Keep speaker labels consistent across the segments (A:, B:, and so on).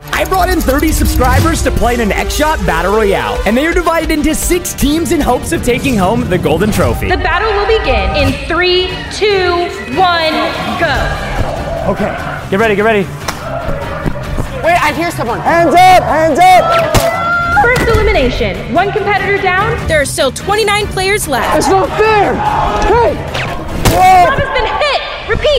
A: I brought in 30 subscribers to play in an X Shot Battle Royale, and they are divided into six teams in hopes of taking home the golden trophy.
B: The battle will begin in three, two, one, go.
A: Okay, get ready, get ready.
C: Wait, I hear someone.
D: Hands up, hands up.
B: First elimination. One competitor down.
E: There are still 29 players left.
D: It's not fair. Hey.
B: Bob has been hit. Repeat.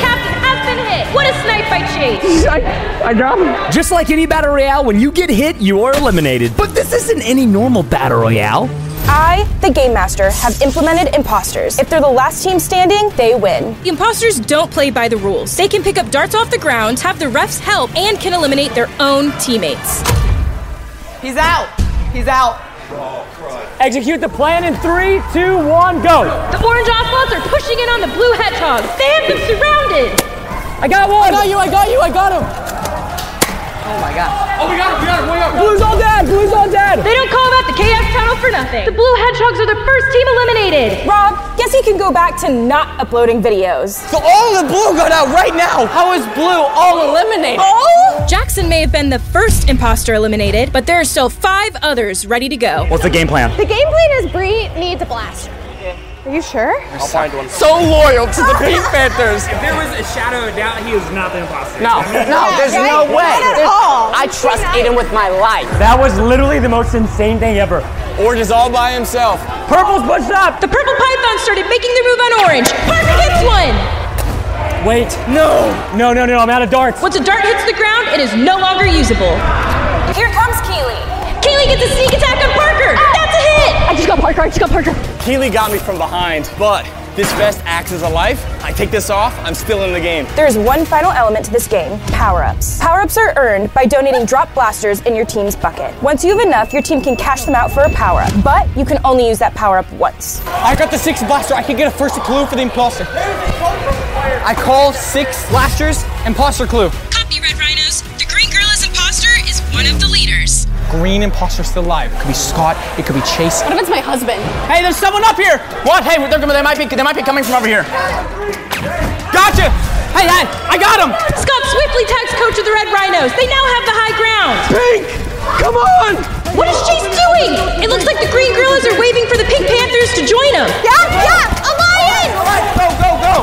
B: captain has been hit. What a snipe by Chase.
D: I, I got him.
A: Just like any battle royale, when you get hit, you are eliminated. But this isn't any normal battle royale.
F: I, the Game Master, have implemented imposters. If they're the last team standing, they win.
E: The imposters don't play by the rules. They can pick up darts off the ground, have the refs help, and can eliminate their own teammates.
C: He's out. He's out.
A: Execute the plan in three, two, one, go.
B: The orange ocelots are pushing in on the blue hedgehogs. They have them surrounded.
A: I got one.
D: I got you, I got you, I got him.
C: Oh my god.
D: Oh, we got him, we got him, we got him. Blue's all dead, blue's all dead.
B: They don't call about the chaos tunnel for nothing. The blue hedgehogs are the first team eliminated.
F: Rob, guess he can go back to not uploading videos.
D: So all the blue got out right now. How is blue all eliminated?
F: Oh!
E: Jackson may have been the first imposter eliminated, but there are still five others ready to go.
A: What's the game plan?
G: The game plan is Bree needs a blaster. Are you sure?
D: So loyal to the Pink Panthers.
A: There was a shadow of doubt he was not the imposter.
D: No, no, there's no
C: right?
D: way.
C: Not at
D: There's-
C: all.
D: I trust Aiden with my life.
A: That was literally the most insane thing ever.
D: Orange is all by himself.
A: Purple's pushed up.
E: The purple python started making their move on orange. Parker hits one.
A: Wait, no, no, no, no. I'm out of darts.
E: Once a dart hits the ground, it is no longer usable.
F: Here comes Keely.
E: Kaylee gets a sneak attack on Parker. That's a hit.
G: I just got Parker. I just got Parker.
D: Keely got me from behind, but this vest acts as a life. I take this off, I'm still in the game.
F: There is one final element to this game power ups. Power ups are earned by donating drop blasters in your team's bucket. Once you have enough, your team can cash them out for a power up, but you can only use that power up once.
D: I got the six blaster. I can get a first clue for the imposter. I call six blasters imposter clue.
E: Copy, Red Rhinos. The green girl is imposter is one of the leaders.
D: Green imposter still alive. It could be Scott. It could be Chase.
G: What if it's my husband?
D: Hey, there's someone up here. What? Hey, they're, they might be. They might be coming from over here. Gotcha. Hey, hey, I got him.
E: Scott swiftly tags coach of the Red Rhinos. They now have the high ground.
D: Pink, come on.
E: What is Chase doing? It looks like the Green Gorillas are waving for the Pink Panthers to join them.
G: Yeah, yeah, alliance.
D: Go, go, go.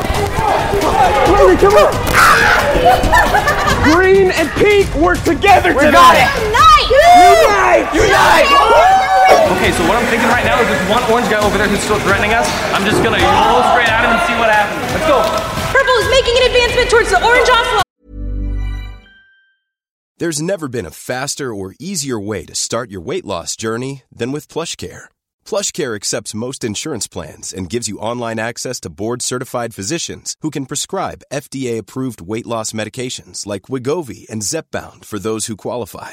D: Chloe, come on. Green and pink were together we got it. Unite! Unite!
H: Okay, so what I'm thinking right now is there's one orange guy over there who's still threatening us. I'm just gonna roll straight at him and see what happens. Let's go.
E: Purple is making an advancement towards the Orange Ocelot.
I: There's never been a faster or easier way to start your weight loss journey than with PlushCare. PlushCare accepts most insurance plans and gives you online access to board-certified physicians who can prescribe FDA-approved weight loss medications like Wigovi and Zepbound for those who qualify.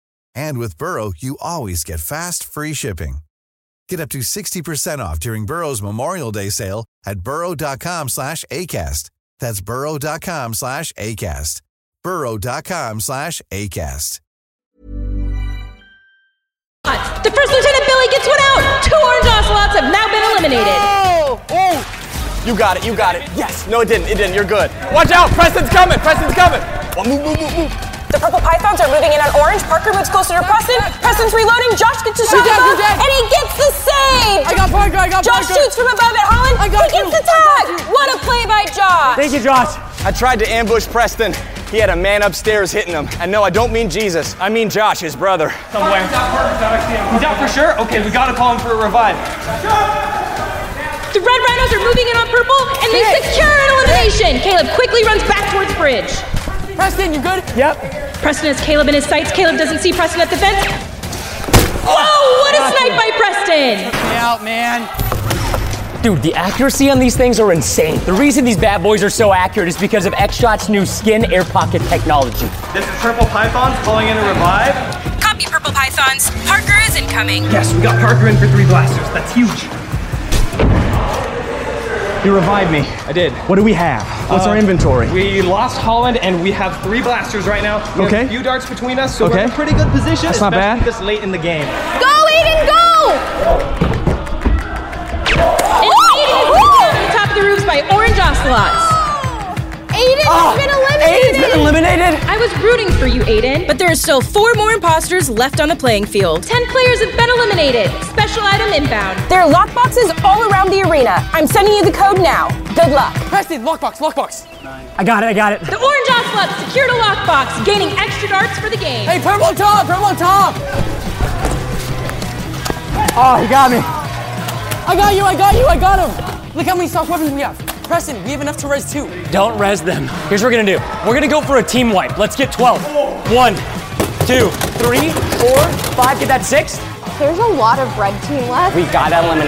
J: And with Burrow, you always get fast, free shipping. Get up to 60% off during Burrow's Memorial Day sale at burrow.com slash ACAST. That's burrow.com slash ACAST. burrow.com slash ACAST.
E: The first lieutenant Billy gets one out. Two orange ocelots have now been eliminated.
K: Oh! Oh! You got it, you got it. Yes. No, it didn't, it didn't. You're good. Watch out, Preston's coming, Preston's coming. Well, move, move, move, move.
L: The purple pythons are moving in on orange. Parker moves closer to Preston. Preston's reloading. Josh gets a shot
C: dead,
L: off,
C: you're dead.
L: and he gets the save.
C: I got Parker, I got
L: Josh
C: Parker.
L: shoots from above at Holland.
C: I got
L: he
C: you,
L: gets the
C: I got
L: tag. What a play by Josh.
K: you, Josh. I tried to ambush Preston. He had a man upstairs hitting him. And no, I don't mean Jesus. I mean Josh, his brother.
M: Somewhere. He's out for sure? Okay, we gotta call him for a revive.
E: The red rhinos are moving in on purple, and they secure an elimination. Caleb quickly runs back towards Bridge.
C: Preston, you good?
E: Yep. Preston has Caleb in his sights. Caleb doesn't see Preston at the fence. Whoa! What a snipe by Preston!
K: Me out, man.
D: Dude, the accuracy on these things are insane. The reason these bad boys are so accurate is because of X-Shot's new skin air pocket technology.
M: This is Purple Pythons calling in a revive.
E: Copy, purple pythons. Parker is incoming.
M: Yes, we got Parker in for three blasters. That's huge. You revived me. I did.
K: What do we have? What's
D: Uh,
K: our inventory?
M: We lost Holland, and we have three blasters right now. We
K: Okay.
M: Have a few darts between us, so we're in
K: Okay.
M: a pretty good position.
K: That's not
M: especially
K: bad.
M: This late in the game.
F: Go, Aiden, go!
E: Aiden is taken over the top of the roofs by orange ocelots.
F: Aiden
L: Ah,
F: has been eliminated!
E: I was rooting for you, Aiden. But there are still four more imposters left on the playing field. Ten players have been eliminated. Special item inbound.
L: There are lockboxes all around the arena. I'm sending you the code now. Good luck.
C: Preston, lockbox, lockbox.
D: I got it, I got it.
E: The orange ocelots secured a lockbox, gaining extra darts for the game.
C: Hey, purple on top, purple on top.
D: Oh, he got me.
C: I got you, I got you, I got him. Look how many soft weapons we have. Preston, we have enough to res two.
D: Don't res them. Here's what we're gonna do. We're gonna go for a team wipe. Let's get 12. One, two, three, four, five. Get that six.
F: There's a lot of red team left.
D: We got that eliminated.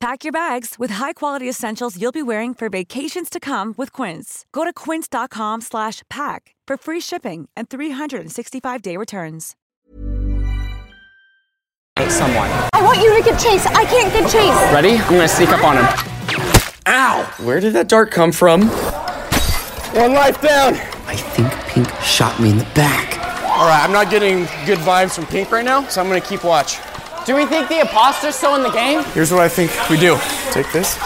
N: Pack your bags with high-quality essentials you'll be wearing for vacations to come with Quince. Go to quince.com slash pack for free shipping and 365-day returns.
K: Someone.
F: I want you to get chase. I can't get chase.
K: Ready? I'm gonna sneak up on him. Ow! Where did that dart come from? One life down.
O: I think Pink shot me in the back.
K: All right, I'm not getting good vibes from Pink right now, so I'm gonna keep watch.
C: Do we think the imposter's still in the game?
K: Here's what I think we do. Take this.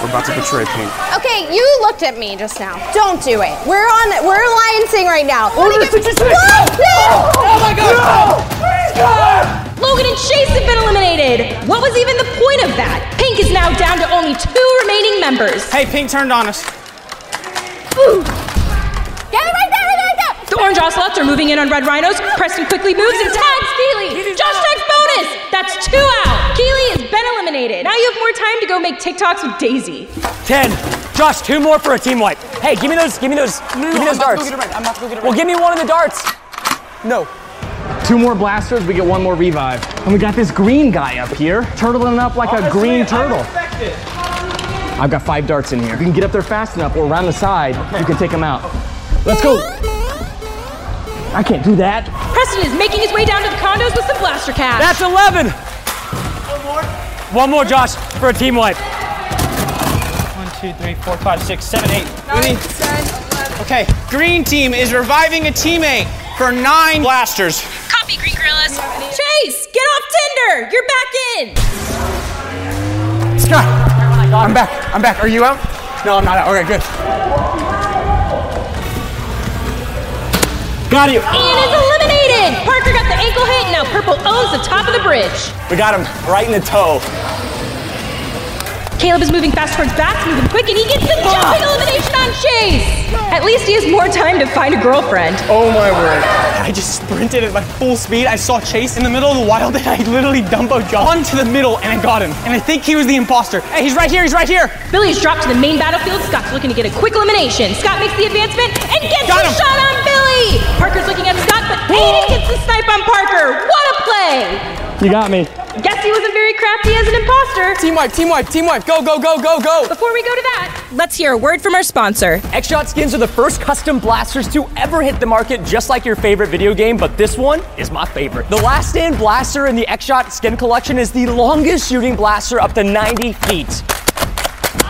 K: We're about to betray Pink.
F: Okay, you looked at me just now. Don't do it. We're on. We're alliancing right now. Oh,
C: this is just-
F: oh
C: my God!
E: Logan and Chase have been eliminated. What was even the point of that? Pink is now down to only two remaining members.
K: Hey, Pink turned on us.
F: Get it right there, right there, right there.
E: The orange ocelots are moving in on red rhinos. Preston quickly moves and tags Keely. Josh tags bonus. That's two out. Keely has been eliminated. Now you have more time to go make TikToks with Daisy.
D: Ten. Josh, two more for a team wipe. Hey, give me those. Give me those. give me
C: I'm
D: those
C: about to go
D: darts.
C: get a red. I'm about to go get a red.
D: Well, give me one of the darts.
K: No.
M: Two more blasters, we get one more revive. And we got this green guy up here, turtling up like a green turtle. I've got five darts in here. If you can get up there fast enough or around the side, you can take him out. Let's go. I can't do that.
E: Preston is making his way down to the condos with some blaster cash.
D: That's eleven. One more. One more, Josh, for a team wipe.
K: One, two,
D: two, three, four, five, six, seven, eight.
K: We need- Okay, green team is reviving a teammate for nine blasters.
E: Copy, Green Gorillas. Chase, get off Tinder. You're back in.
K: Scott, I'm back. I'm back. Are you out? No, I'm not out. Okay, good.
D: Got you.
E: Ian is eliminated. Parker got the ankle hit. Now Purple owns the top of the bridge.
K: We got him right in the toe.
E: Caleb is moving fast towards bats, moving quick, and he gets the jumping elimination on Chase. At least he has more time to find a girlfriend.
K: Oh my word. I just sprinted at like full speed. I saw Chase in the middle of the wild and I literally dumbo jumped onto the middle and I got him. And I think he was the imposter. Hey, he's right here, he's right here.
E: Billy's dropped to the main battlefield. Scott's looking to get a quick elimination. Scott makes the advancement and gets
K: Got
E: the
K: him.
E: shot on Billy. Parker's looking at Scott, but Aiden gets the snipe on Parker. What a play!
M: You got me.
E: Guess he wasn't very crafty as an imposter.
C: Team wipe, team wipe, team wipe. Go, go, go, go, go.
E: Before we go to that, let's hear a word from our sponsor.
D: X Shot skins are the first custom blasters to ever hit the market, just like your favorite video game, but this one is my favorite. The Last Stand blaster in the X Shot skin collection is the longest shooting blaster up to 90 feet.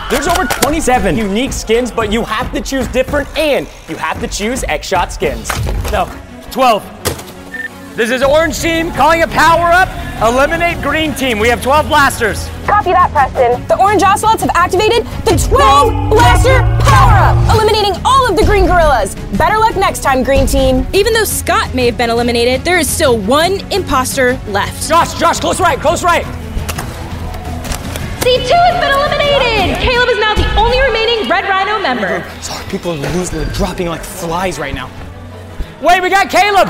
D: There's over 27 unique skins, but you have to choose different and you have to choose X Shot skins. No, 12. This is Orange Team calling a power up. Eliminate Green Team. We have 12 blasters.
L: Copy that, Preston. The orange ocelots have activated the 12 blaster power-up, eliminating all of the green gorillas. Better luck next time, green team.
E: Even though Scott may have been eliminated, there is still one imposter left.
D: Josh, Josh, close right, close right.
E: C2 has been eliminated. Caleb is now the only remaining Red Rhino member.
K: Sorry, people are losing, they're dropping like flies right now.
D: Wait, we got Caleb.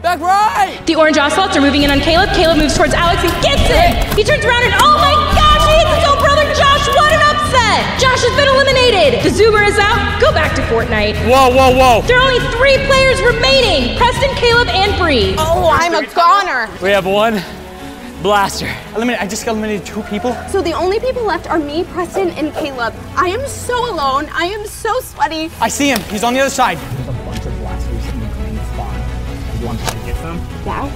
C: Back right.
E: The orange ocelots are moving in on Caleb. Caleb moves towards Alex and gets him. He turns around and oh my gosh, he hits his own brother Josh. What an upset! Josh has been eliminated. The zoomer is out. Go back to Fortnite.
D: Whoa, whoa, whoa.
E: There are only three players remaining: Preston, Caleb, and Bree.
F: Oh, I'm a goner.
D: We have one blaster.
K: Eliminate, I just eliminated two people.
F: So the only people left are me, Preston, and Caleb. I am so alone. I am so sweaty.
K: I see him. He's on the other side. There's a bunch of
P: blasters in the green spawn. You want to get them?
F: Yeah.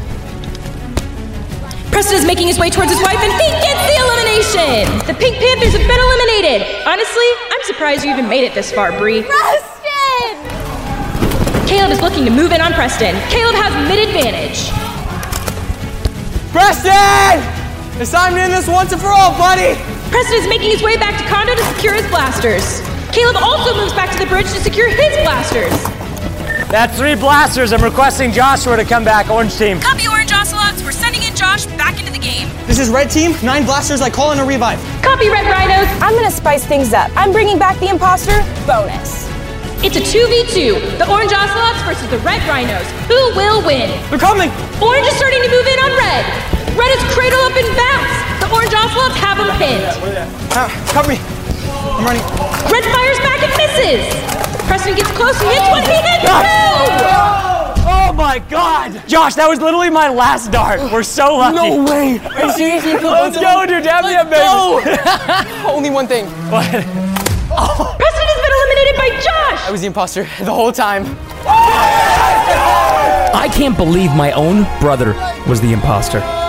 E: Preston is making his way towards his wife, and he gets the elimination. The Pink Panthers have been eliminated. Honestly, I'm surprised you even made it this far, Bree.
F: Preston!
E: Caleb is looking to move in on Preston. Caleb has mid advantage.
K: Preston! It's time to end this once and for all, buddy!
E: Preston is making his way back to Kondo to secure his blasters. Caleb also moves back to the bridge to secure his blasters.
D: That's three blasters. I'm requesting Joshua to come back, Orange Team.
E: Copy Orange Ocelots, we're sending in Josh back into the game.
K: This is red team, nine blasters, I call in a revive.
E: Copy Red Rhinos.
L: I'm gonna spice things up. I'm bringing back the imposter bonus.
E: It's a 2v2. The Orange Ocelots versus the Red Rhinos. Who will win?
K: They're coming!
E: Orange is starting to move in on Red. Red is cradle up and bounce. The Orange Ocelots have him pinned.
K: Ah, cover me. I'm running.
E: Red fires back and misses. Preston gets close and hits one. He hits two!
D: Oh my god! Josh, that was literally my last dart. We're so lucky.
C: No way.
D: Let's go, dude. Have me a baby.
C: Go. Only one thing.
D: What?
E: Preston has been eliminated by Josh.
C: I was the imposter the whole time.
Q: I can't believe my own brother was the imposter.